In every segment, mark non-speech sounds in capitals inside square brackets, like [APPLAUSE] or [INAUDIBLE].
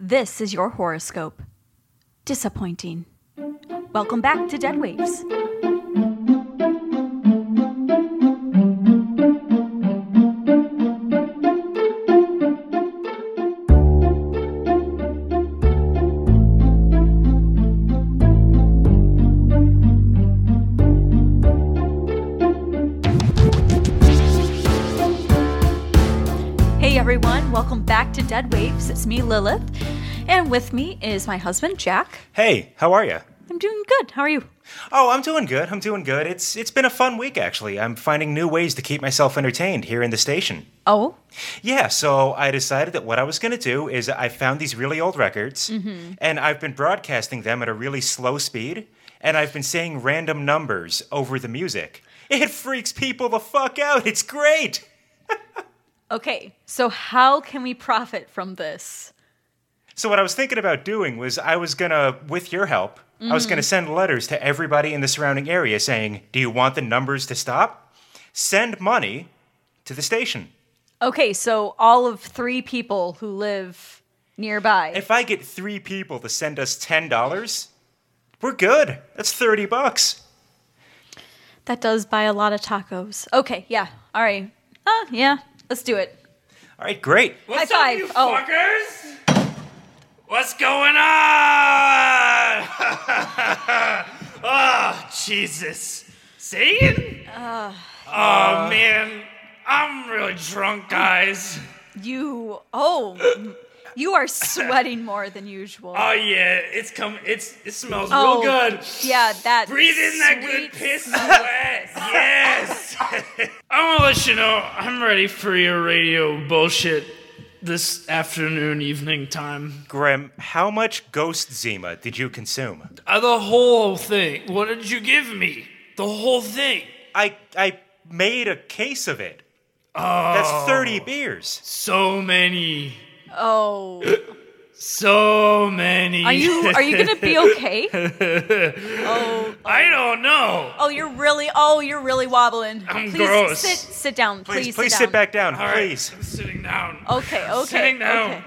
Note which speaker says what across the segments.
Speaker 1: this is your horoscope. Disappointing. Welcome back to Dead Waves. Hey everyone, welcome back to Dead Waves. It's me, Lilith, and with me is my husband, Jack.
Speaker 2: Hey, how are you?
Speaker 1: I'm doing good. How are you?
Speaker 2: Oh, I'm doing good. I'm doing good. It's it's been a fun week actually. I'm finding new ways to keep myself entertained here in the station.
Speaker 1: Oh,
Speaker 2: Yeah, so I decided that what I was going to do is I found these really old records and I've been broadcasting them at a really slow speed and I've been saying random numbers over the music. It freaks people the fuck out. It's great.
Speaker 1: okay. So, how can we profit from this?
Speaker 2: So what I was thinking about doing was I was gonna, with your help, I was
Speaker 1: Mm-hmm.
Speaker 2: gonna send letters to everybody in the surrounding area saying, "Do you want the numbers to stop? Send money to the station."
Speaker 1: Okay, so all of three people who live nearby.
Speaker 2: If I get three people to send us ten dollars, we're good. That's thirty bucks.
Speaker 1: that does buy a lot of tacos. Okay, yeah. All right. Uh, yeah, let's do it.
Speaker 2: All right, great.
Speaker 3: What's
Speaker 1: High
Speaker 3: up,
Speaker 1: five.
Speaker 3: you
Speaker 1: Oh.
Speaker 3: fuckers? What's going on? [LAUGHS] oh, Jesus. Satan?
Speaker 1: Ah.
Speaker 3: oh, man. I'm really drunk, guys.
Speaker 1: You, oh, you are sweating more than usual.
Speaker 3: Oh, yeah. It's come. It's It smells
Speaker 1: Oh,
Speaker 3: real good.
Speaker 1: Yeah, that.
Speaker 3: Breathe in that
Speaker 1: sweet
Speaker 3: good piss
Speaker 1: smell.
Speaker 3: sweat. yes. [LAUGHS] I'm gonna let you know I'm ready for your radio bullshit this afternoon, evening time.
Speaker 2: Grim, how much Ghost Zima did you consume?
Speaker 3: Uh, the whole thing. What did you give me? The whole thing.
Speaker 2: I I made a case of it. Oh. That's thirty beers.
Speaker 3: So many.
Speaker 1: Oh,
Speaker 3: So many.
Speaker 1: are you are you gonna be okay? Oh,
Speaker 3: [LAUGHS] I don't know.
Speaker 1: oh, you're really, oh, you're really wobbling.
Speaker 3: I'm
Speaker 1: please
Speaker 3: gross.
Speaker 1: sit, sit down, please.
Speaker 2: Please, sit
Speaker 1: down.
Speaker 2: back down,
Speaker 3: All right,
Speaker 2: please.
Speaker 3: I'm sitting down.
Speaker 1: Okay, Oh, okay,
Speaker 3: Sitting down.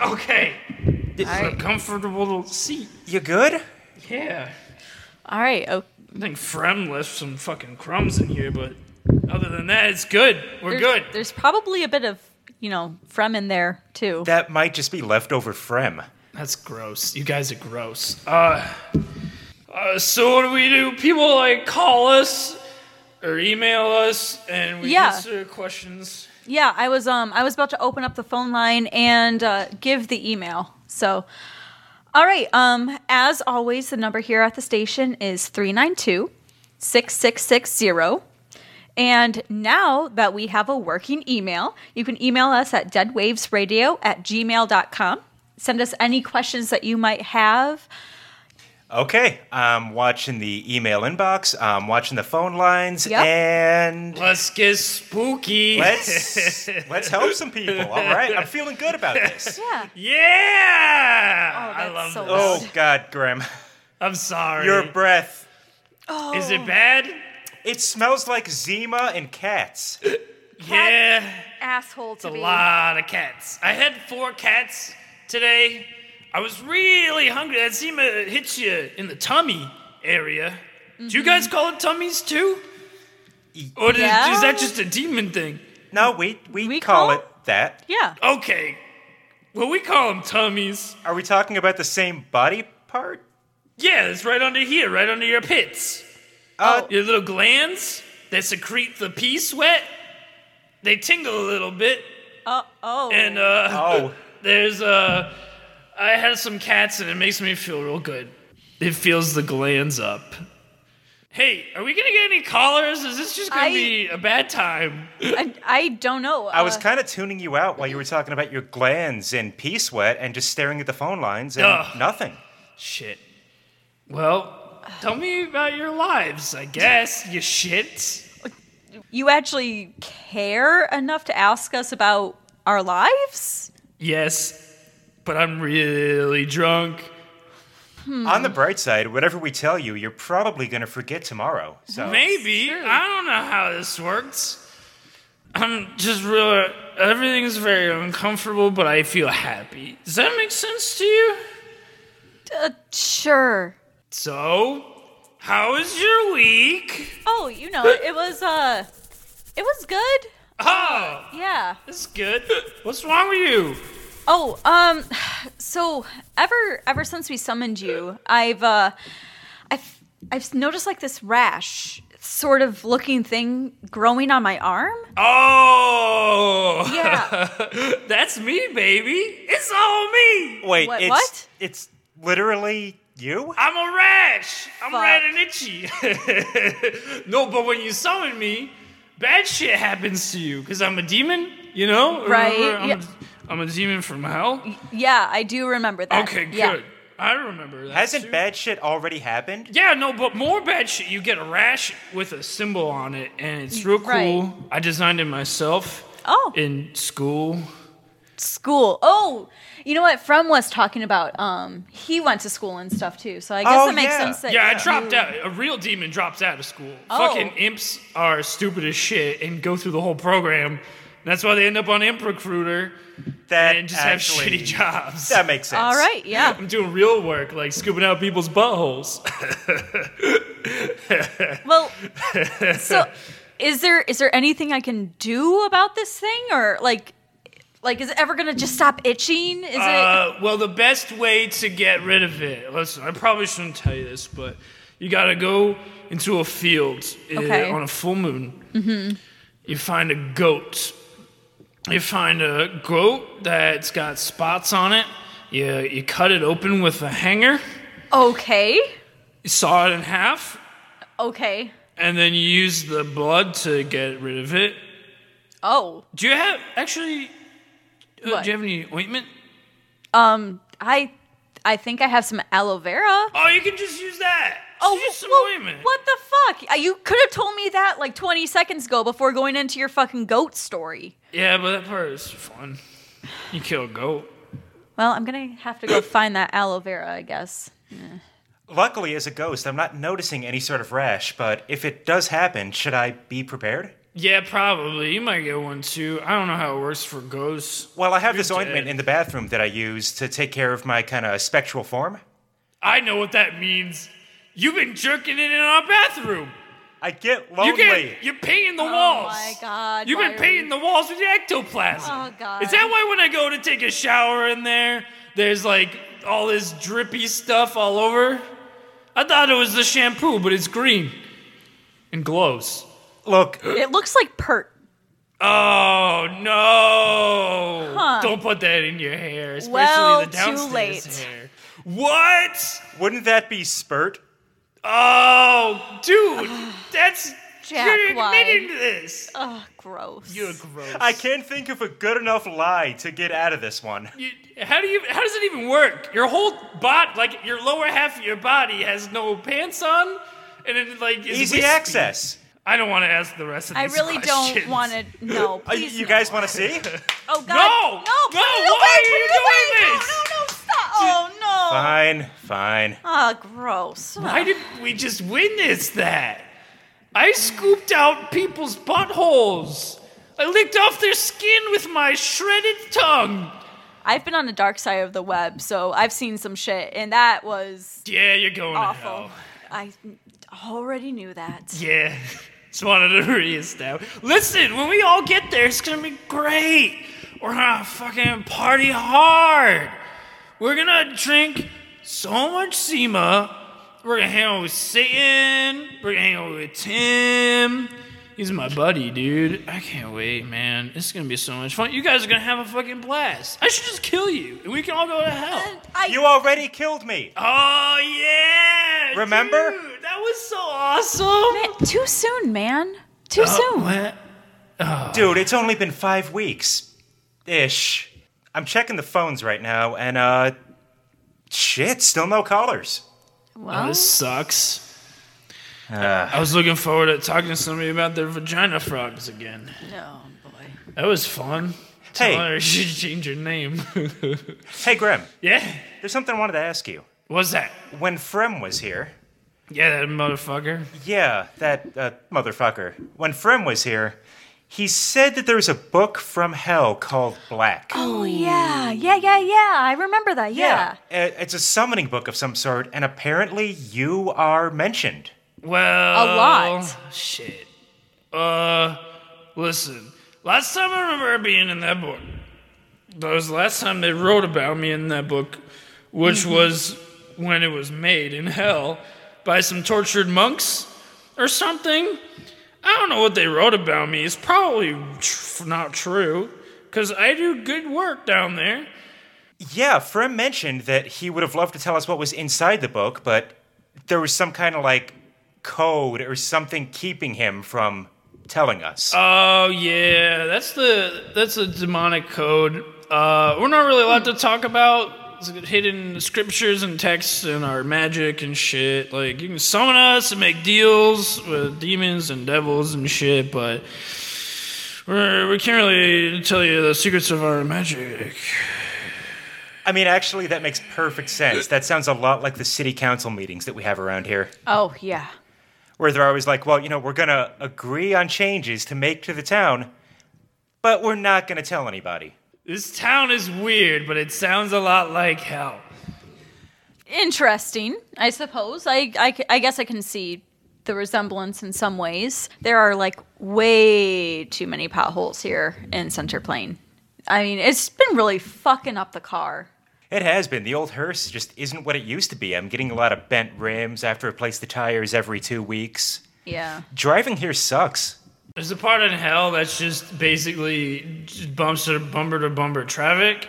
Speaker 1: okay.
Speaker 3: Okay. This
Speaker 1: All
Speaker 3: is a
Speaker 1: right.
Speaker 3: comfortable little seat.
Speaker 2: You good?
Speaker 3: Yeah.
Speaker 1: All right. Oh,
Speaker 3: I think Frem left some fucking crumbs in here, but other than that, it's good. We're
Speaker 1: there's,
Speaker 3: good.
Speaker 1: There's probably a bit of you know from in there too.
Speaker 2: That might just be leftover Frem.
Speaker 3: That's gross. You guys are gross. Uh, uh, so what do we do? People like call us or email us, and we
Speaker 1: Yeah.
Speaker 3: answer questions.
Speaker 1: yeah, I was um I was about to open up the phone line and uh, give the email. So, all right. Um, as always, the number here at the station is 392-6660. And now that we have a working email, you can email us at deadwavesradio at gmail.com. Send us any questions that you might have.
Speaker 2: Okay, I'm watching the email inbox. I'm watching the phone lines,
Speaker 1: Yep.
Speaker 3: [LAUGHS]
Speaker 2: and
Speaker 3: Let's get spooky. [LAUGHS]
Speaker 2: let's let's help some people. All right, I'm feeling good about this.
Speaker 1: Yeah.
Speaker 3: yeah.
Speaker 1: Oh,
Speaker 3: I
Speaker 1: that's
Speaker 3: love
Speaker 1: so
Speaker 3: this.
Speaker 2: Oh God, Grim,
Speaker 3: I'm sorry.
Speaker 2: your breath.
Speaker 1: Oh.
Speaker 3: Is it bad?
Speaker 2: It smells like Zima and cats.
Speaker 3: Yeah.
Speaker 1: Asshole to
Speaker 3: It's a
Speaker 1: be.
Speaker 3: lot of cats. I had four cats today. I was really hungry. That seemed to hit you in the tummy area. Do you guys call it tummies too? Or
Speaker 1: Mm-hmm.
Speaker 3: does-
Speaker 1: Yeah.
Speaker 3: is that just a demon thing?
Speaker 2: No, we we,
Speaker 1: We
Speaker 2: call,
Speaker 1: call-
Speaker 2: it that.
Speaker 1: Yeah.
Speaker 3: Okay. Well, we call them tummies.
Speaker 2: Are we talking about the same body part?
Speaker 3: Yeah, it's right under here, right under your pits.
Speaker 2: Uh,
Speaker 3: Your little glands that secrete the pea sweat, they tingle a little bit.
Speaker 1: Uh, oh.
Speaker 3: And uh,
Speaker 2: Oh.
Speaker 3: there's uh, I had some cats and it makes me feel real good. It feels the glands up. Hey, are we gonna get any callers? Is this just gonna
Speaker 1: I-
Speaker 3: be a bad time?
Speaker 1: I, I don't know.
Speaker 2: I was
Speaker 1: uh,
Speaker 2: kind of tuning you out while you were talking about your glands and pea sweat and just staring at the phone lines and
Speaker 3: Ugh.
Speaker 2: nothing.
Speaker 3: Shit. Well, tell me about your lives, I guess, you shit.
Speaker 1: you actually care enough to ask us about our lives?
Speaker 3: Yes, but I'm really drunk.
Speaker 2: On
Speaker 3: Mm-hmm.
Speaker 2: the bright side, whatever we tell you, you're probably going to forget tomorrow. So
Speaker 3: Maybe. I don't know how this works. I'm just real. Everything's very uncomfortable, but I feel happy. Does that make sense to you?
Speaker 1: Uh, sure.
Speaker 3: So, how was your week?
Speaker 1: Oh, you know, it was uh it was good.
Speaker 3: Oh,
Speaker 1: Yeah.
Speaker 3: this is good. What's wrong with you?
Speaker 1: Oh, um so ever ever since we summoned you, I've uh I've I've noticed like this rash sort of looking thing growing on my arm.
Speaker 3: Oh,
Speaker 1: Yeah.
Speaker 3: [LAUGHS] that's me, baby. It's all me.
Speaker 2: wait,
Speaker 1: What-
Speaker 2: it's
Speaker 1: what?
Speaker 2: it's literally you?
Speaker 3: I'm a rash. I'm
Speaker 1: Fuck.
Speaker 3: red and itchy. [LAUGHS] no, but when you summon me, bad shit happens to you because I'm a demon, you know?
Speaker 1: Right,
Speaker 3: Remember, I'm,
Speaker 1: yeah.
Speaker 3: a, I'm a demon from hell.
Speaker 1: Yeah, I do remember that.
Speaker 3: Okay, good.
Speaker 1: Yeah.
Speaker 3: I remember that.
Speaker 2: Hasn't
Speaker 3: too.
Speaker 2: bad shit already happened?
Speaker 3: Yeah, no, but more bad shit. You get a rash with a symbol on it, and it's real cool.
Speaker 1: Right.
Speaker 3: I designed it myself
Speaker 1: Oh,
Speaker 3: in school.
Speaker 1: school. Oh, you know what? From was talking about. Um, he went to school and stuff too. So I guess
Speaker 2: Oh,
Speaker 1: it makes
Speaker 2: yeah.
Speaker 1: sense that.
Speaker 3: Yeah, I
Speaker 1: you-
Speaker 3: dropped out. A real demon drops out of school.
Speaker 1: Oh.
Speaker 3: Fucking imps are stupid as shit and go through the whole program. That's why they end up on Imp Recruiter
Speaker 2: That
Speaker 3: and just
Speaker 2: actually,
Speaker 3: have shitty [LAUGHS] jobs.
Speaker 2: That makes sense.
Speaker 1: All right. Yeah.
Speaker 3: [LAUGHS] I'm doing real work, like scooping out people's buttholes. [LAUGHS]
Speaker 1: Well, so is there is there anything I can do about this thing or like like is it ever gonna just stop itching? Is
Speaker 3: Uh, well, the best way to get rid of it. Listen, I probably shouldn't tell you this, but you gotta go into a field uh,
Speaker 1: Okay.
Speaker 3: on a full moon. Mm-hmm. You find a goat. You find a goat that's got spots on it. You you cut it open with a hanger.
Speaker 1: it okay?
Speaker 3: You saw it in half,
Speaker 1: Okay.
Speaker 3: and then you use the blood to get rid of it.
Speaker 1: Oh,
Speaker 3: Do you have actually? Uh,
Speaker 1: What?
Speaker 3: do you have any ointment?
Speaker 1: um, I I think I have some aloe vera.
Speaker 3: Oh, you can just use that. Just
Speaker 1: Oh,
Speaker 3: use some
Speaker 1: well,
Speaker 3: ointment.
Speaker 1: what the fuck? Uh, You could have told me that like 20 seconds ago before going into your fucking goat story.
Speaker 3: Yeah, but that part is fun. You kill a goat.
Speaker 1: Well, I'm gonna have to
Speaker 3: [COUGHS]
Speaker 1: go find that aloe vera, I guess.
Speaker 2: Luckily, as a ghost, I'm not noticing any sort of rash, but if it does happen, should I be prepared?
Speaker 3: Yeah, probably. You might get one too. I don't know how it works for ghosts.
Speaker 2: Well, I have this ointment
Speaker 3: dead.
Speaker 2: in the bathroom that I use to take care of my kind of spectral form.
Speaker 3: I know what that means. You've been jerking it in our bathroom.
Speaker 2: I get
Speaker 3: You
Speaker 2: lonely.
Speaker 3: get, you're painting the walls.
Speaker 1: Oh my God,
Speaker 3: You've been
Speaker 1: Byron.
Speaker 3: painting the walls with your ectoplasm.
Speaker 1: Oh, God.
Speaker 3: Is that why when I go to take a shower in there, there's like all this drippy stuff all over? I thought it was the shampoo, but it's green and glows. [GASPS]
Speaker 2: Look,
Speaker 1: It looks like pert.
Speaker 3: Oh no!
Speaker 1: Huh.
Speaker 3: Don't put that in your hair, especially
Speaker 1: Well,
Speaker 3: the
Speaker 1: too
Speaker 3: downstairs
Speaker 1: late.
Speaker 3: hair. What?
Speaker 2: wouldn't that be spurt?
Speaker 3: Oh,
Speaker 1: [SIGHS]
Speaker 3: dude, that's
Speaker 1: Jack,
Speaker 3: you're
Speaker 1: why?
Speaker 3: admitting to this.
Speaker 1: Ugh, gross.
Speaker 3: You're gross.
Speaker 2: I can't think of a good enough lie to get out of this one.
Speaker 3: You, how do you? How does it even work? Your whole bot, like your lower half of your body, has no pants on, and it like is
Speaker 2: Easy
Speaker 3: wispy.
Speaker 2: access.
Speaker 3: I don't want to ask the rest of
Speaker 1: I
Speaker 3: these
Speaker 1: really don't want to
Speaker 3: [LAUGHS]
Speaker 1: know.
Speaker 2: Uh, you
Speaker 1: Please, no.
Speaker 2: guys want to see?
Speaker 1: [LAUGHS] Oh God!
Speaker 3: No!
Speaker 1: No!
Speaker 3: No,
Speaker 1: Put it
Speaker 3: why
Speaker 1: away! put it
Speaker 3: are you doing
Speaker 1: away!
Speaker 3: this?
Speaker 1: No!
Speaker 3: Uh-huh.
Speaker 1: No! No! Stop! Oh no!
Speaker 2: fine, fine.
Speaker 1: Ah, gross.
Speaker 3: Why did we just witness that? I scooped out people's buttholes. I licked off their skin with my shredded tongue.
Speaker 1: I've been on the dark side of the web, so I've seen some shit, and that was
Speaker 3: Yeah, you're going to
Speaker 1: awful.
Speaker 3: hell.
Speaker 1: I already knew that.
Speaker 3: Yeah, [LAUGHS] just wanted to reestablish. Listen, when we all get there, it's gonna be great. We're gonna fucking party hard. We're gonna drink so much SEMA. We're gonna hang out with Satan. We're gonna hang out with Tim. He's my buddy, dude. I can't wait, man. This is gonna be so much fun. You guys are gonna have a fucking blast. I should just kill you, and we can all go to hell.
Speaker 1: I,
Speaker 2: You already killed me.
Speaker 3: Oh yeah!
Speaker 2: Remember?
Speaker 3: dude, that was so awesome.
Speaker 1: Man, too soon, man. Too
Speaker 3: Oh,
Speaker 1: soon.
Speaker 3: what?
Speaker 2: Dude, it's only been five weeks. Ish. I'm checking the phones right now, and, uh. Shit, still no callers.
Speaker 1: Well,
Speaker 3: Oh, This sucks. I was looking forward to talking to somebody about their vagina frogs again.
Speaker 1: no, boy.
Speaker 3: That was fun.
Speaker 2: Hey.
Speaker 3: Tell her [LAUGHS] you should change your name. [LAUGHS]
Speaker 2: Hey, Grim,
Speaker 3: yeah.
Speaker 2: there's something I wanted to ask you.
Speaker 3: What's that?
Speaker 2: When Frem was here,
Speaker 3: Yeah, that motherfucker.
Speaker 2: yeah, that uh, motherfucker. When Frem was here, he said that there's a book from hell called Black.
Speaker 1: Oh yeah, yeah, yeah, yeah. I remember that. Yeah.
Speaker 2: Uh, It's a summoning book of some sort, and apparently you are mentioned.
Speaker 3: Well,
Speaker 1: lot.
Speaker 3: Shit. Uh, listen. Last time I remember being in that book, that was the last time they wrote about me in that book, which was when it was made in hell by some tortured monks or something. I don't know what they wrote about me. It's probably tr- not true, because I do good work down there.
Speaker 2: Yeah, Frem mentioned that he would have loved to tell us what was inside the book, but there was some kind of like code or something keeping him from telling us.
Speaker 3: Oh yeah, that's the that's a demonic code. Uh, we're not really allowed to talk about hidden scriptures and texts and our magic and shit. Like you can summon us and make deals with demons and devils and shit, but we're, we can't really tell you the secrets of our magic.
Speaker 2: I mean, actually, that makes perfect sense. That sounds a lot like the city council meetings that we have around here,
Speaker 1: Oh yeah.
Speaker 2: where they're always like, well, you know, we're going to agree on changes to make to the town, but we're not going to tell anybody.
Speaker 3: This town is weird, but it sounds a lot like hell.
Speaker 1: Interesting, I suppose. I, I c- I guess I can see the resemblance in some ways. There are like way too many potholes here in Center Plain. I mean, it's been really fucking up the car.
Speaker 2: It has been. The old hearse just isn't what it used to be. I'm getting a lot of bent rims. I have to replace the tires every two weeks.
Speaker 1: Yeah.
Speaker 2: Driving here sucks.
Speaker 3: There's a part in hell that's just basically just bumps to bumper to bumper traffic.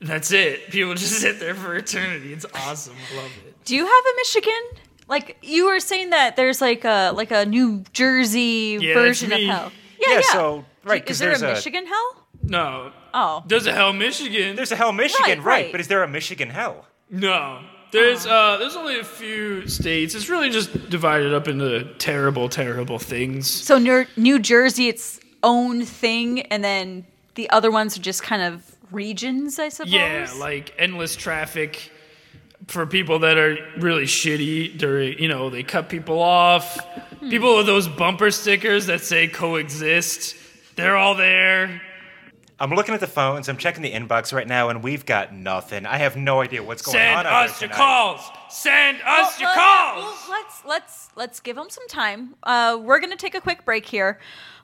Speaker 3: That's it. People [LAUGHS] just sit there for eternity. It's awesome. I love it.
Speaker 1: Do you have a Michigan? Like you were saying that there's like a like a New Jersey
Speaker 3: Yeah,
Speaker 1: version
Speaker 3: it's
Speaker 1: of
Speaker 3: me.
Speaker 1: hell.
Speaker 2: Yeah, so- right, 'cause
Speaker 1: Is there
Speaker 2: there's
Speaker 1: a
Speaker 2: a-
Speaker 1: Michigan hell?
Speaker 3: No.
Speaker 1: Oh.
Speaker 3: There's a hell, Michigan.
Speaker 2: There's a hell
Speaker 1: Right,
Speaker 2: Michigan, right,
Speaker 1: right.
Speaker 2: But is there a Michigan hell?
Speaker 3: no. There's uh there's only a few states. It's really just divided up into terrible, terrible things.
Speaker 1: So New, New Jersey, its own thing, and then the other ones are just kind of regions, I suppose.
Speaker 3: Yeah, like endless traffic for people that are really shitty during you know, they cut people off. People with those bumper stickers that say coexist, they're all there.
Speaker 2: I'm looking at the phones. I'm checking the inbox right now, and we've got nothing. I have no idea what's going
Speaker 3: Send
Speaker 2: on. out
Speaker 3: us
Speaker 2: there
Speaker 3: your
Speaker 2: tonight.
Speaker 3: calls. Send
Speaker 1: Well,
Speaker 3: us your
Speaker 1: well, yeah,
Speaker 3: calls.
Speaker 1: well, let's let's let's give them some time. Uh, we're gonna take a quick break here.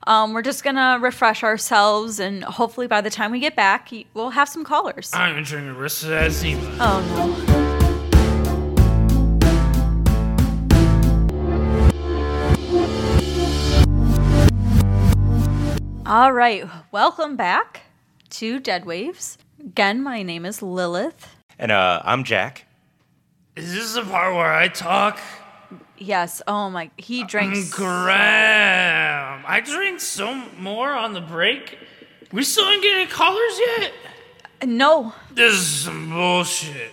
Speaker 1: Um, we're just gonna refresh ourselves, and hopefully by the time we get back, y- we'll have some callers.
Speaker 3: I'm entering the rest of that scene.
Speaker 1: oh no. All right, welcome back to Dead Waves. Again, my name is Lilith.
Speaker 2: And uh, I'm Jack.
Speaker 3: Is this the part where I talk?
Speaker 1: Yes, oh my, he
Speaker 3: Mm,
Speaker 1: drank. s-
Speaker 3: Graham. I drink some more on the break. We still ain't getting callers yet?
Speaker 1: No,
Speaker 3: This is some bullshit.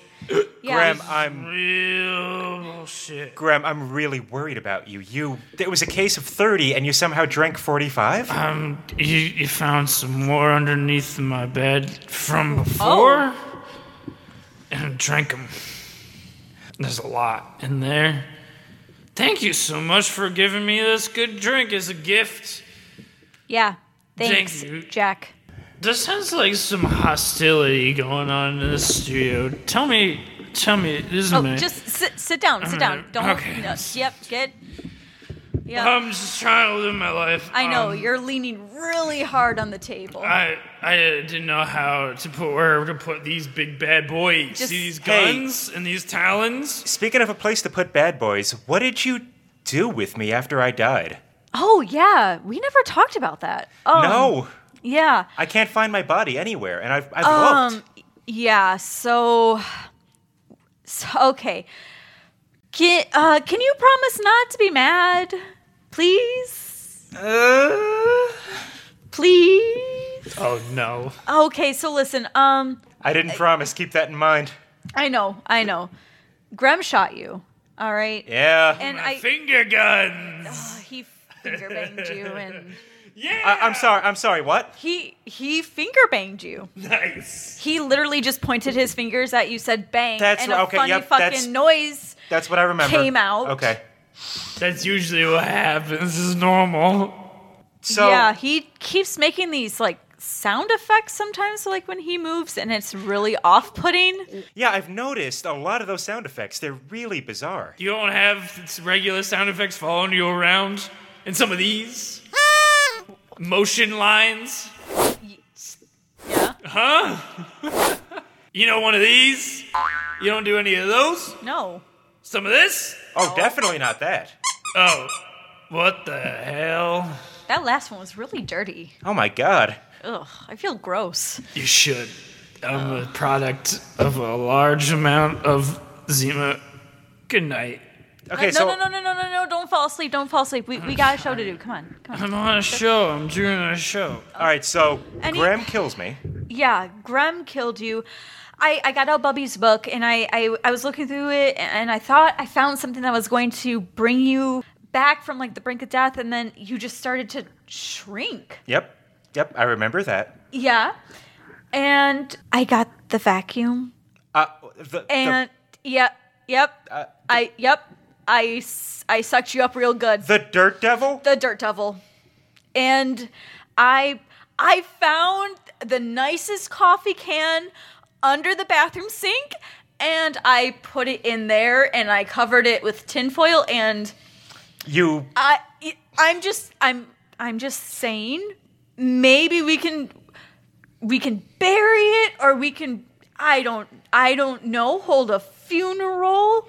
Speaker 1: yeah,
Speaker 2: Graham,
Speaker 3: uh,
Speaker 2: I'm
Speaker 3: Real bullshit.
Speaker 2: Graham. I'm really worried about you. You. It was a case of 30, and you somehow drank 45.
Speaker 3: Um, you, you found some more underneath my bed
Speaker 1: Oh.
Speaker 3: from before? And drank them. There's a lot in there. Thank you so much for giving me this good drink as a gift.
Speaker 1: Yeah. Thanks,
Speaker 3: Thank you.
Speaker 1: Jack.
Speaker 3: There sounds like some hostility going on in this studio. Tell me, tell me, this is
Speaker 1: Oh,
Speaker 3: my.
Speaker 1: just sit, sit down, sit down.
Speaker 3: minute.
Speaker 1: Don't.
Speaker 3: Okay.
Speaker 1: no, yep. Get. Yeah.
Speaker 3: I'm just trying to live my life.
Speaker 1: uh, I know
Speaker 3: Um,
Speaker 1: you're leaning really hard on the table.
Speaker 3: I I didn't know how to put where to put these big bad boys.
Speaker 1: Just-
Speaker 3: See these
Speaker 2: Hey.
Speaker 3: guns and these talons.
Speaker 2: Speaking of a place to put bad boys, what did you do with me after I died?
Speaker 1: oh yeah, we never talked about that. Um,
Speaker 2: no,
Speaker 1: Yeah.
Speaker 2: I can't find my body anywhere, and I've, I've
Speaker 1: Um.
Speaker 2: looked.
Speaker 1: Yeah. So. so okay. Can uh, Can you promise not to be mad, please? Uh. Please.
Speaker 3: [LAUGHS] Oh no!
Speaker 1: Okay. So listen. Um.
Speaker 2: I didn't promise. Keep that in mind.
Speaker 1: I know. I know. Grem shot you. All right.
Speaker 2: Yeah.
Speaker 1: And
Speaker 3: My
Speaker 1: I.
Speaker 3: finger guns.
Speaker 1: Ugh, he finger banged you, and
Speaker 3: Yeah.
Speaker 2: I, I'm sorry. I'm sorry. What?
Speaker 1: he he finger banged you.
Speaker 3: Nice.
Speaker 1: He literally just pointed his fingers at you, said bang,
Speaker 2: That's
Speaker 1: and
Speaker 2: right,
Speaker 1: a
Speaker 2: okay,
Speaker 1: funny
Speaker 2: yep,
Speaker 1: fucking
Speaker 2: that's-
Speaker 1: noise.
Speaker 2: That's what I remember.
Speaker 1: Came out.
Speaker 2: Okay.
Speaker 3: That's usually what happens. This is normal.
Speaker 2: So
Speaker 1: yeah, he keeps making these like sound effects sometimes, like when he moves, and it's really off-putting.
Speaker 2: yeah, I've noticed a lot of those sound effects. They're really bizarre.
Speaker 3: You don't have s- regular sound effects following you around, and some of these motion lines,
Speaker 1: Yeah.
Speaker 3: huh? you know, one of these. You don't do any of those.
Speaker 1: No.
Speaker 3: Some of this.
Speaker 2: Oh, definitely not that.
Speaker 3: Oh, what the hell?
Speaker 1: That last one was really dirty.
Speaker 2: Oh my god.
Speaker 1: Ugh, I feel gross.
Speaker 3: You should. I'm a product of a large amount of Zima. Good night.
Speaker 2: Okay,
Speaker 1: Uh, no,
Speaker 2: so
Speaker 1: no, no, no, no, no, no! Don't fall asleep! Don't fall asleep! We, we got a show to do. Come on, come on.
Speaker 2: [CLEARS THROAT]
Speaker 3: I'm on a show. I'm doing a show.
Speaker 2: all right, so
Speaker 1: Any-
Speaker 2: Graham kills me.
Speaker 1: Yeah, Grem killed you. I, I got out Bubby's book and I, I, I was looking through it and I thought I found something that was going to bring you back from like the brink of death and then you just started to shrink.
Speaker 2: Yep. Yep, I remember that.
Speaker 1: Yeah. And I got the vacuum
Speaker 2: Uh, the, the-
Speaker 1: and yeah, yep.
Speaker 2: uh,
Speaker 1: I yep. I s- I sucked you up real good.
Speaker 2: the dirt devil?
Speaker 1: the dirt devil and i i found the nicest coffee can under the bathroom sink and i put it in there and i covered it with tinfoil and
Speaker 2: You
Speaker 1: i it- i'm just i'm i'm just saying maybe we can we can bury it or we can i don't i don't know hold a funeral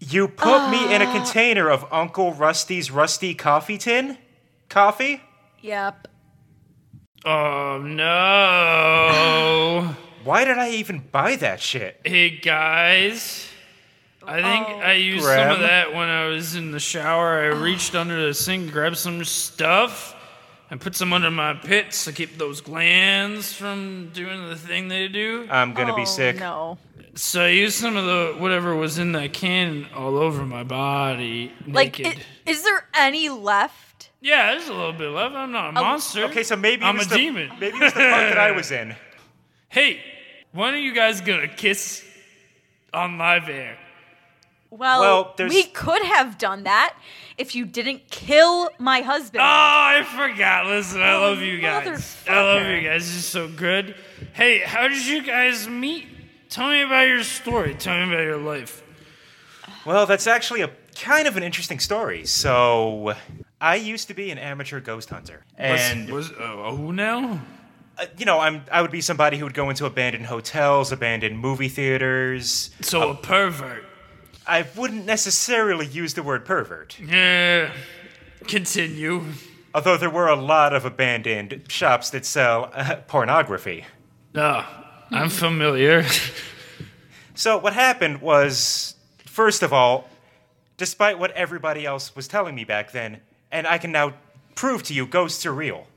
Speaker 2: you put me in
Speaker 1: Uh.
Speaker 2: a container of Uncle Rusty's rusty coffee tin? Coffee?
Speaker 1: yep
Speaker 3: Oh no.
Speaker 2: Why did I even buy that shit?
Speaker 3: hey guys. I think
Speaker 2: Oh,
Speaker 3: I used some
Speaker 2: Grab.
Speaker 3: of that when I was in the
Speaker 2: [SIGHS]
Speaker 3: shower. I reached under the sink, grabbed some stuff, and put some under my pits to keep those glands from doing the thing they do.
Speaker 2: I'm going to
Speaker 1: Oh,
Speaker 2: be sick.
Speaker 1: no
Speaker 3: So I used some of the whatever was in that can all over my body,
Speaker 1: like i-
Speaker 3: naked.
Speaker 1: is there any left
Speaker 3: yeah, there's a little bit left. I'm not a monster.
Speaker 2: Oh, Okay, so maybe it
Speaker 3: I'm a
Speaker 2: was the,
Speaker 3: demon.
Speaker 2: Maybe it was the part that I was
Speaker 3: [LAUGHS]
Speaker 2: in.
Speaker 3: Hey, when are you guys gonna kiss on live air?
Speaker 1: Well,
Speaker 2: Well, there's-
Speaker 1: we could have done that if you didn't kill my husband.
Speaker 3: Oh,
Speaker 2: Ah,
Speaker 3: I forgot. Listen, I love you guys. I love
Speaker 1: Oh, motherfucker.
Speaker 3: you guys. You're so good. Hey, how did you guys meet? Tell me about your story. Tell me about your life.
Speaker 2: Well, that's actually a kind of an interesting story. So, I used to be an amateur ghost hunter,
Speaker 3: Was-
Speaker 2: and
Speaker 3: was, uh, who now?
Speaker 2: uh, you know, I'm I would be somebody who would go into abandoned hotels, abandoned movie theaters.
Speaker 3: So a pervert.
Speaker 2: I wouldn't necessarily use the word pervert,
Speaker 3: Yeah. Continue.
Speaker 2: although there were a lot of abandoned shops that sell uh, pornography.
Speaker 3: No, Uh, I'm familiar. [LAUGHS]
Speaker 2: So, what happened was, first of all, despite what everybody else was telling me back then, and I can now prove to you ghosts are real.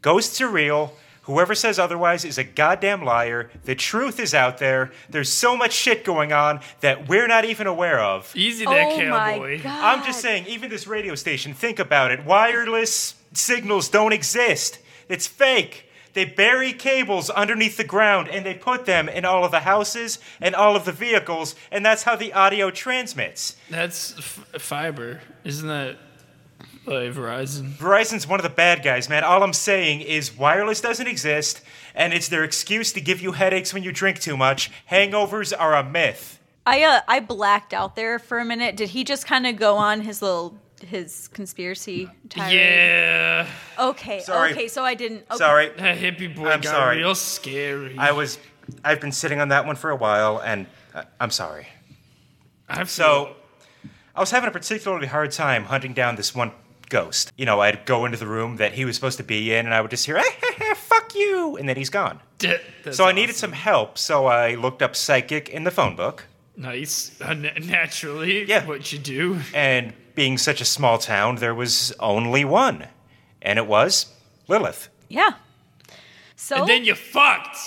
Speaker 2: Ghosts are real. Whoever says otherwise is a goddamn liar. The truth is out there. There's so much shit going on that we're not even aware of.
Speaker 3: Easy
Speaker 1: Oh
Speaker 3: there,
Speaker 1: my
Speaker 3: cowboy.
Speaker 1: god!
Speaker 2: I'm just saying, even this radio station, think about it. Wireless signals don't exist. It's fake. They bury cables underneath the ground and they put them in all of the houses and all of the vehicles, and that's how the audio transmits.
Speaker 3: That's f- fiber, isn't that? Like Verizon.
Speaker 2: Verizon's one of the bad guys, man. All I'm saying is wireless doesn't exist, and it's their excuse to give you headaches when you drink too much. Hangovers are a myth.
Speaker 1: I uh, I blacked out there for a minute. Did he just kind of go on his little his conspiracy tirade.
Speaker 3: Yeah.
Speaker 1: Okay.
Speaker 2: Sorry.
Speaker 1: Okay. So I didn't. Okay.
Speaker 2: Sorry,
Speaker 3: That hippie boy
Speaker 2: I'm
Speaker 3: got
Speaker 2: sorry.
Speaker 3: real scary.
Speaker 2: I was. I've been sitting on that one for a while, and uh, I'm sorry.
Speaker 3: I feel-
Speaker 2: So, I was having a particularly hard time hunting down this one ghost. You know, I'd go into the room that he was supposed to be in, and I would just hear, "Ah, "Fuck you," and then he's gone.
Speaker 3: D- [LAUGHS] that's
Speaker 2: so I needed some
Speaker 3: awesome.
Speaker 2: help, so I looked up psychic in the phone book.
Speaker 3: nice. Uh, na- naturally,
Speaker 2: Yeah.
Speaker 3: what you do.
Speaker 2: And being such a small town, there was only one, and it was Lilith.
Speaker 1: Yeah. So
Speaker 3: And then you fucked.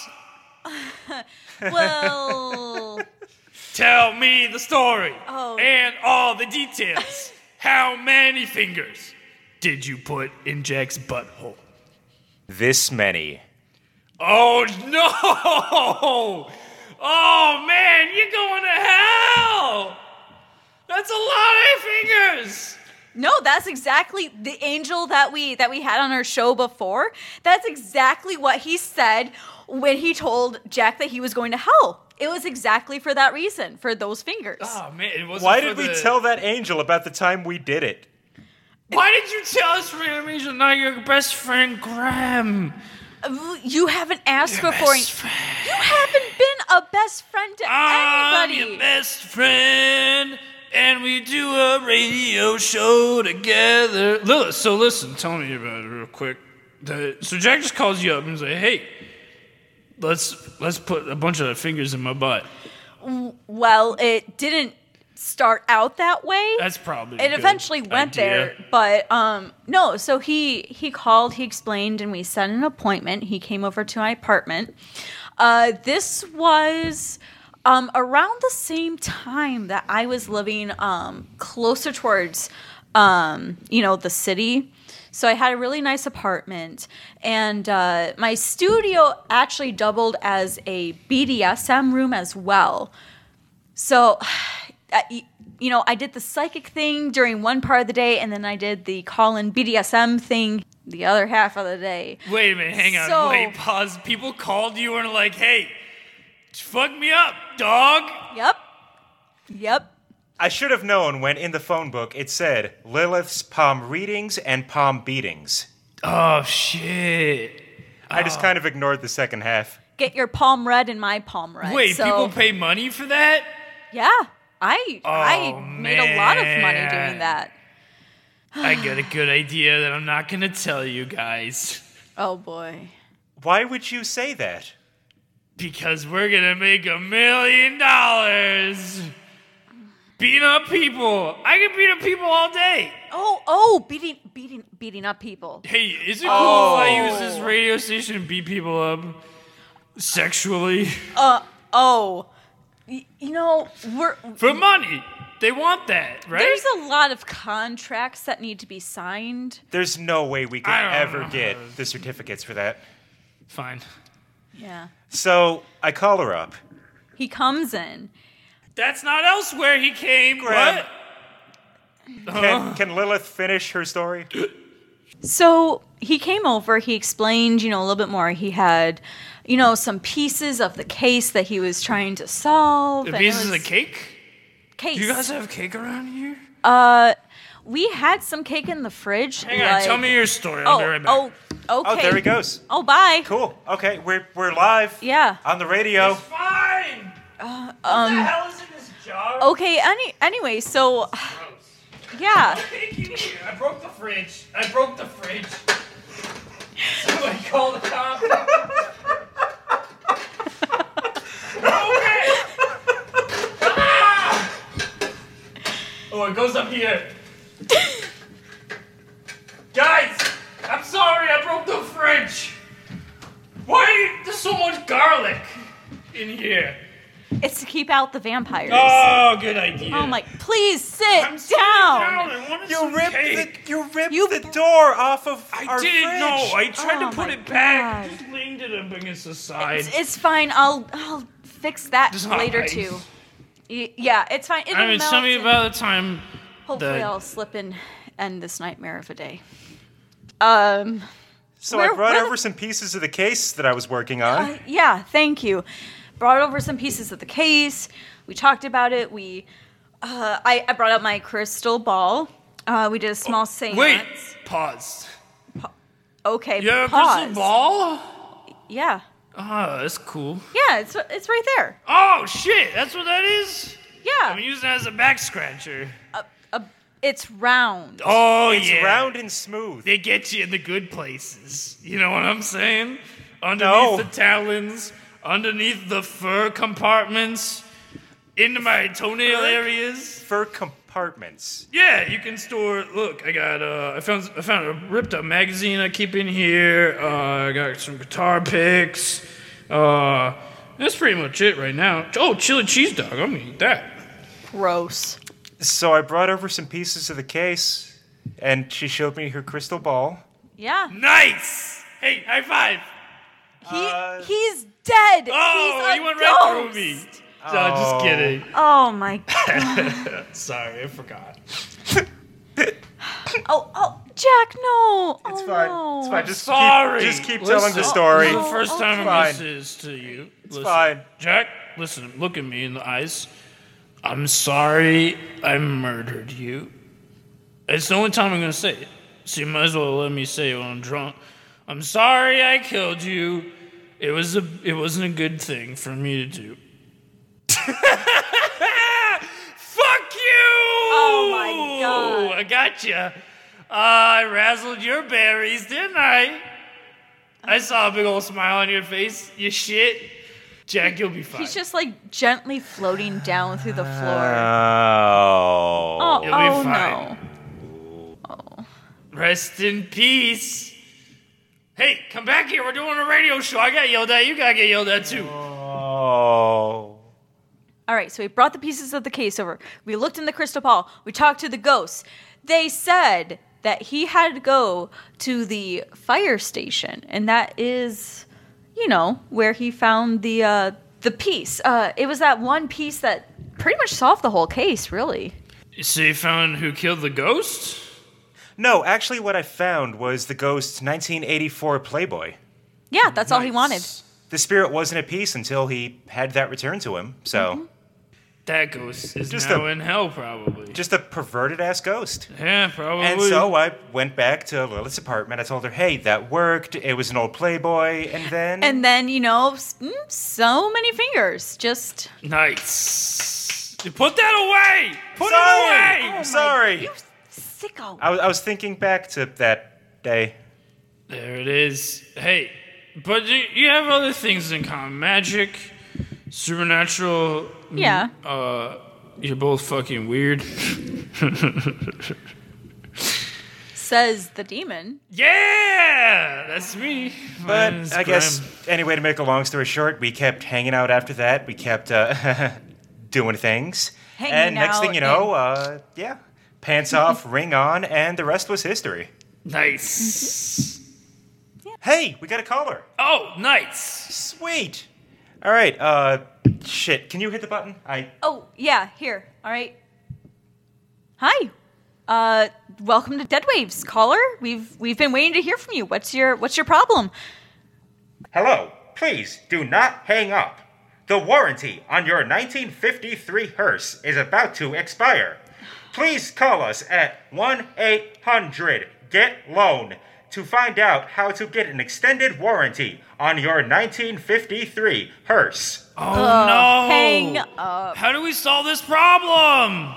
Speaker 3: [LAUGHS]
Speaker 1: well,
Speaker 3: Tell me the story
Speaker 1: Oh.
Speaker 3: and all the
Speaker 1: [LAUGHS]
Speaker 3: details. How many fingers did you put in Jack's butthole?
Speaker 2: This many.
Speaker 3: Oh no! Oh man, you're going to hell! That's a lot of fingers!
Speaker 1: no, that's exactly the angel that we that we had on our show before. That's exactly what he said when he told Jack that he was going to hell. It was exactly for that reason, for those fingers.
Speaker 3: Oh man, it wasn't
Speaker 2: Why
Speaker 3: for
Speaker 2: did we
Speaker 3: the-
Speaker 2: tell that angel about the time we did it?
Speaker 3: Why did you tell us random angel, not your best friend Graham?
Speaker 1: Uh, You haven't asked before.
Speaker 3: Best friend.
Speaker 1: You haven't been a best friend to
Speaker 3: I'm
Speaker 1: anybody.
Speaker 3: your Ah, best friend, and we do a radio show together. Lilith, so listen, tell me about it real quick. The- so Jack just calls you up and is like, "Hey, let's let's put a bunch of fingers in my butt."
Speaker 1: Well, it didn't start out that way.
Speaker 3: That's probably a
Speaker 1: it
Speaker 3: good
Speaker 1: eventually went
Speaker 3: idea.
Speaker 1: there, but um no, so he he called, he explained and we set an appointment. He came over to my apartment. Uh this was um around the same time that I was living um closer towards um you know the city. So I had a really nice apartment, and uh, my studio actually doubled as a BDSM room as well. So, uh, y- you know, I did the psychic thing during one part of the day, and then I did the call in BDSM thing the other half of the day.
Speaker 3: Wait a minute, hang on,
Speaker 1: So-
Speaker 3: wait, pause. People called you and are like, "Hey, fuck me up, dog."
Speaker 1: Yep. Yep.
Speaker 2: I should have known when in the phone book it said Lilith's palm readings and palm beatings.
Speaker 3: Oh shit.
Speaker 2: I just kind of ignored the second half.
Speaker 1: Get your palm read and my palm read.
Speaker 3: Wait,
Speaker 1: So,
Speaker 3: people pay money for that?
Speaker 1: yeah. I
Speaker 3: Oh,
Speaker 1: I made a lot of money
Speaker 3: man.
Speaker 1: doing that.
Speaker 3: I got a good idea that I'm not gonna tell you guys
Speaker 1: Oh boy.
Speaker 2: Why would you say that?
Speaker 3: because we're gonna make a million dollars beating up people. I can beat up people all day.
Speaker 1: Oh oh, beating beating beating up people.
Speaker 3: Hey, is it cool if I use
Speaker 1: Oh.
Speaker 3: this radio station and beat people up sexually
Speaker 1: Oh. Y- you know, we're
Speaker 3: for money? They want that, right?
Speaker 1: there's a lot of contracts that need to be signed.
Speaker 2: There's no way we could
Speaker 3: I don't
Speaker 2: ever
Speaker 3: know.
Speaker 2: get the certificates for that.
Speaker 3: Fine.
Speaker 1: Yeah.
Speaker 2: So I call her up.
Speaker 1: He comes in.
Speaker 3: That's not elsewhere he came.
Speaker 2: Graham.
Speaker 3: What?
Speaker 2: Can, can Lilith finish her story?
Speaker 1: So he came over, he explained, you know, a little bit more. He had, you know, some pieces of the case that he was trying to solve.
Speaker 3: The
Speaker 1: and it
Speaker 3: pieces of
Speaker 1: was-
Speaker 3: cake?
Speaker 1: case.
Speaker 3: Do you guys have cake around here?
Speaker 1: uh, we had some cake in the fridge.
Speaker 3: Hang on,
Speaker 1: like-
Speaker 3: tell me your story. I'll
Speaker 1: Oh,
Speaker 3: be right back.
Speaker 1: oh, okay.
Speaker 2: Oh, there he goes.
Speaker 1: Oh, bye.
Speaker 2: Cool. Okay, we're we're live.
Speaker 1: Yeah.
Speaker 2: On the radio.
Speaker 3: It's fine. what the hell is in this jar?
Speaker 1: Okay. Any. Anyway, so yeah.
Speaker 3: Thank you. I broke the fridge. I broke the fridge. Somebody call the cops. okay. Ah! Oh, it goes up here. Guys, I'm sorry. I broke the fridge. Why there's so much garlic in here?
Speaker 1: It's to keep out the vampires.
Speaker 3: Oh, good idea.
Speaker 1: I'm like, please sit
Speaker 3: I'm sitting
Speaker 1: down.
Speaker 3: down. I wanted
Speaker 2: You
Speaker 3: some
Speaker 2: ripped
Speaker 3: cake.
Speaker 2: the you ripped
Speaker 1: You
Speaker 2: the
Speaker 1: br-
Speaker 2: door off of
Speaker 3: I
Speaker 2: our
Speaker 3: didn't
Speaker 2: fridge.
Speaker 3: know. I tried
Speaker 1: Oh
Speaker 3: to put
Speaker 1: my
Speaker 3: it back.
Speaker 1: God.
Speaker 3: Just leaned it up against the side.
Speaker 1: It's, it's fine. I'll I'll fix that
Speaker 3: Just not
Speaker 1: later
Speaker 3: ice.
Speaker 1: too. Y- Yeah, it's fine. It'll
Speaker 3: I mean,
Speaker 1: melt
Speaker 3: tell me
Speaker 1: and-
Speaker 3: about the time.
Speaker 1: Hopefully,
Speaker 3: the-
Speaker 1: I'll slip and end this nightmare of a day. Um.
Speaker 2: So I
Speaker 1: Where-
Speaker 2: brought
Speaker 1: where-
Speaker 2: over some pieces of the case that I was working on.
Speaker 1: uh, yeah. Thank you. Brought over some pieces of the case. We talked about it. We. Uh, I, I brought out my crystal ball. Uh, we did a small seance.
Speaker 3: Oh, Wait, pause.
Speaker 1: Okay,
Speaker 3: You have a crystal
Speaker 1: pause.
Speaker 3: ball?
Speaker 1: Yeah.
Speaker 3: Ah, that's cool.
Speaker 1: Yeah, it's it's right there.
Speaker 3: Oh shit, that's what that is.
Speaker 1: Yeah.
Speaker 3: I'm using it as a back scratcher.
Speaker 1: Uh, it's round.
Speaker 3: Oh
Speaker 2: It's
Speaker 3: yeah,
Speaker 2: round and smooth.
Speaker 3: They get you in the good places. You know what I'm saying?
Speaker 2: No.
Speaker 3: Underneath the talons, underneath the fur compartments, into my toenail areas.
Speaker 2: Fur compartments.
Speaker 3: Yeah, you can store. Look, I got. Uh, I found. I found a ripped up magazine I keep in here. Uh, I got some guitar picks. Uh, that's pretty much it right now. Oh, chili cheese dog. I'm gonna eat that.
Speaker 1: Gross.
Speaker 2: So I brought over some pieces of the case, and she showed me her crystal ball.
Speaker 1: Yeah.
Speaker 3: Nice. Hey, high five.
Speaker 1: He he's dead.
Speaker 3: Uh, Oh,
Speaker 1: he's a
Speaker 3: you went right
Speaker 1: ghost.
Speaker 3: through me. No,
Speaker 2: Oh.
Speaker 3: just kidding.
Speaker 1: Oh
Speaker 3: [LAUGHS]
Speaker 1: my.
Speaker 3: Sorry, I forgot.
Speaker 1: Oh oh, Jack, no.
Speaker 2: It's
Speaker 1: oh,
Speaker 2: fine.
Speaker 1: No.
Speaker 2: It's fine. Just
Speaker 3: Sorry.
Speaker 2: keep, just keep
Speaker 3: Listen,
Speaker 2: telling the story.
Speaker 3: This is the first
Speaker 1: Oh,
Speaker 3: time
Speaker 2: fine.
Speaker 3: I'm this to you. It's
Speaker 2: fine.
Speaker 3: Jack, listen, look at me in the eyes. I'm sorry I murdered you. It's the only time I'm going to say it. So you might as well let me say it when I'm drunk. I'm sorry I killed you. It was a it wasn't a good thing for me to do. [LAUGHS] Fuck you!
Speaker 1: Oh my God.
Speaker 3: I got you. I razzled your berries, didn't I? I
Speaker 1: Uh-huh.
Speaker 3: saw a big old smile on your face. You shit, Jack. You'll be fine. Uh,
Speaker 1: He's just like gently floating down through the floor.
Speaker 2: Oh.
Speaker 1: oh
Speaker 3: You'll be
Speaker 1: oh no.
Speaker 3: fine. Rest in peace. Hey, come back here. We're doing a radio show. I got yelled at. You gotta get yelled at too.
Speaker 2: Oh.
Speaker 1: All right, so we brought the pieces of the case over. We looked in the crystal ball. We talked to the ghosts. They said that he had to go to the fire station, and that is, you know, where he found the uh, the piece. Uh, it was that one piece that pretty much solved the whole case, really.
Speaker 3: So you found who killed the ghost?
Speaker 2: No, actually, what I found was the Ghost's 1984 Playboy.
Speaker 1: Yeah, that's all he wanted.
Speaker 2: The spirit wasn't at peace until he had that returned to him. So,
Speaker 3: Mm-hmm. That ghost is
Speaker 2: Just
Speaker 3: now
Speaker 2: a-
Speaker 3: in hell, probably.
Speaker 2: just a perverted ass ghost.
Speaker 3: yeah, probably.
Speaker 2: And so I went back to Lilith's apartment. I told her, "Hey, that worked. It was an old Playboy." And then,
Speaker 1: And then, you know, s- mm, so many fingers. Just
Speaker 3: Nice. You put that away. Put
Speaker 2: sorry,
Speaker 3: it away.
Speaker 2: I'm sorry.
Speaker 1: sicko.
Speaker 2: I was, I was thinking back to that day.
Speaker 3: There it is. Hey, but you, you have other things in common: magic, supernatural.
Speaker 1: Yeah.
Speaker 3: Uh, you're both fucking weird. [LAUGHS]
Speaker 1: Says the demon.
Speaker 3: yeah, that's me.
Speaker 2: But
Speaker 3: Mine is
Speaker 2: I guess
Speaker 3: Graham.
Speaker 2: anyway, to make a long story short, we kept hanging out after that. We kept uh, [LAUGHS] doing things,
Speaker 1: Hanging
Speaker 2: and next thing
Speaker 1: out
Speaker 2: you know, uh, yeah, pants off, [LAUGHS] ring on, and the rest was history. Mm-hmm.
Speaker 3: nice.
Speaker 2: Hey, we got a caller.
Speaker 3: oh, nice.
Speaker 2: Sweet. All right. Uh, shit. Can you hit the button? I
Speaker 1: Oh, yeah, here. All right. Hi. Uh welcome to Dead Waves, caller. We've we've been waiting to hear from you. What's your what's your problem?
Speaker 2: Hello, please do not hang up. The warranty on your 1953 hearse is about to expire. Please call us at 1 800 GET LOAN to find out how to get an extended warranty on your 1953 hearse.
Speaker 3: Oh no!
Speaker 1: Hang up.
Speaker 3: How do we solve this problem?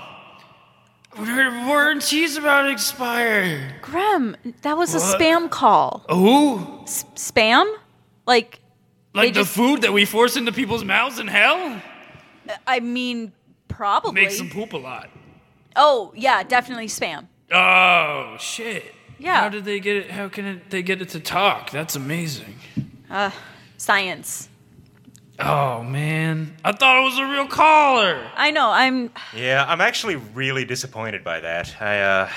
Speaker 3: Our warranties about to expire.
Speaker 1: Grem, that was a
Speaker 3: What?
Speaker 1: spam call.
Speaker 3: Oh,
Speaker 1: S- spam? Like
Speaker 3: like the
Speaker 1: just-
Speaker 3: food that we force into people's mouths in hell
Speaker 1: I mean probably.
Speaker 3: makes them poop a lot.
Speaker 1: oh, yeah, definitely spam.
Speaker 3: Oh shit!
Speaker 1: Yeah.
Speaker 3: How did they get it? How can it, they get it to talk? That's amazing.
Speaker 1: Uh science.
Speaker 3: Oh man, I thought it was a real caller.
Speaker 1: I know. I'm
Speaker 2: Yeah, I'm actually really disappointed by that. I, uh,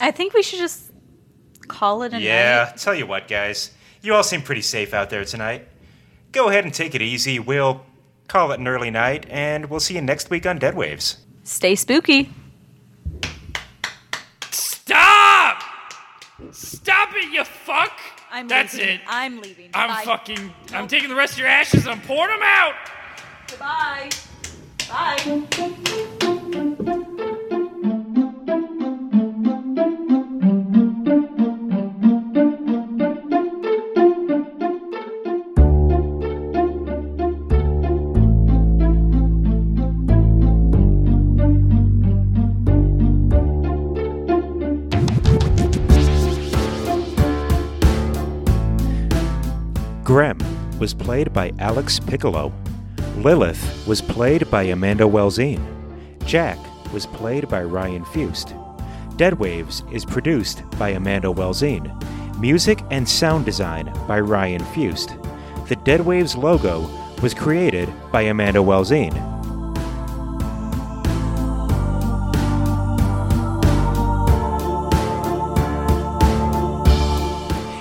Speaker 1: I think we should just call it a night.
Speaker 2: yeah, tell you what, guys. You all seem pretty safe out there tonight. Go ahead and take it easy. We'll call it an early night, and we'll see you next week on Dead Waves.
Speaker 1: Stay spooky.
Speaker 3: Stop! Stop it, you fuck!
Speaker 1: I'm
Speaker 3: That's
Speaker 1: leaving.
Speaker 3: it.
Speaker 1: I'm leaving.
Speaker 3: I'm
Speaker 1: Bye.
Speaker 3: fucking. I'm taking the rest of your ashes and I'm pouring them out.
Speaker 1: Goodbye. Bye.
Speaker 2: was played by Alex Piccolo. Lilith was played by Amanda Welzine. Jack was played by Ryan Fust. Dead Waves is produced by Amanda Welzine. Music and sound design by Ryan Fust. The Dead Waves logo was created by Amanda Welzine.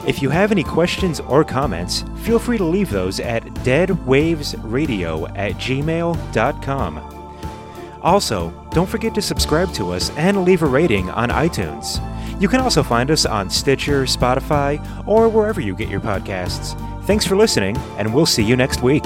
Speaker 2: If you have any questions or comments, feel free to leave those at deadwavesradio at gmail.com. Also, don't forget to subscribe to us and leave a rating on iTunes. You can also find us on Stitcher, Spotify, or wherever you get your podcasts. Thanks for listening, and we'll see you next week.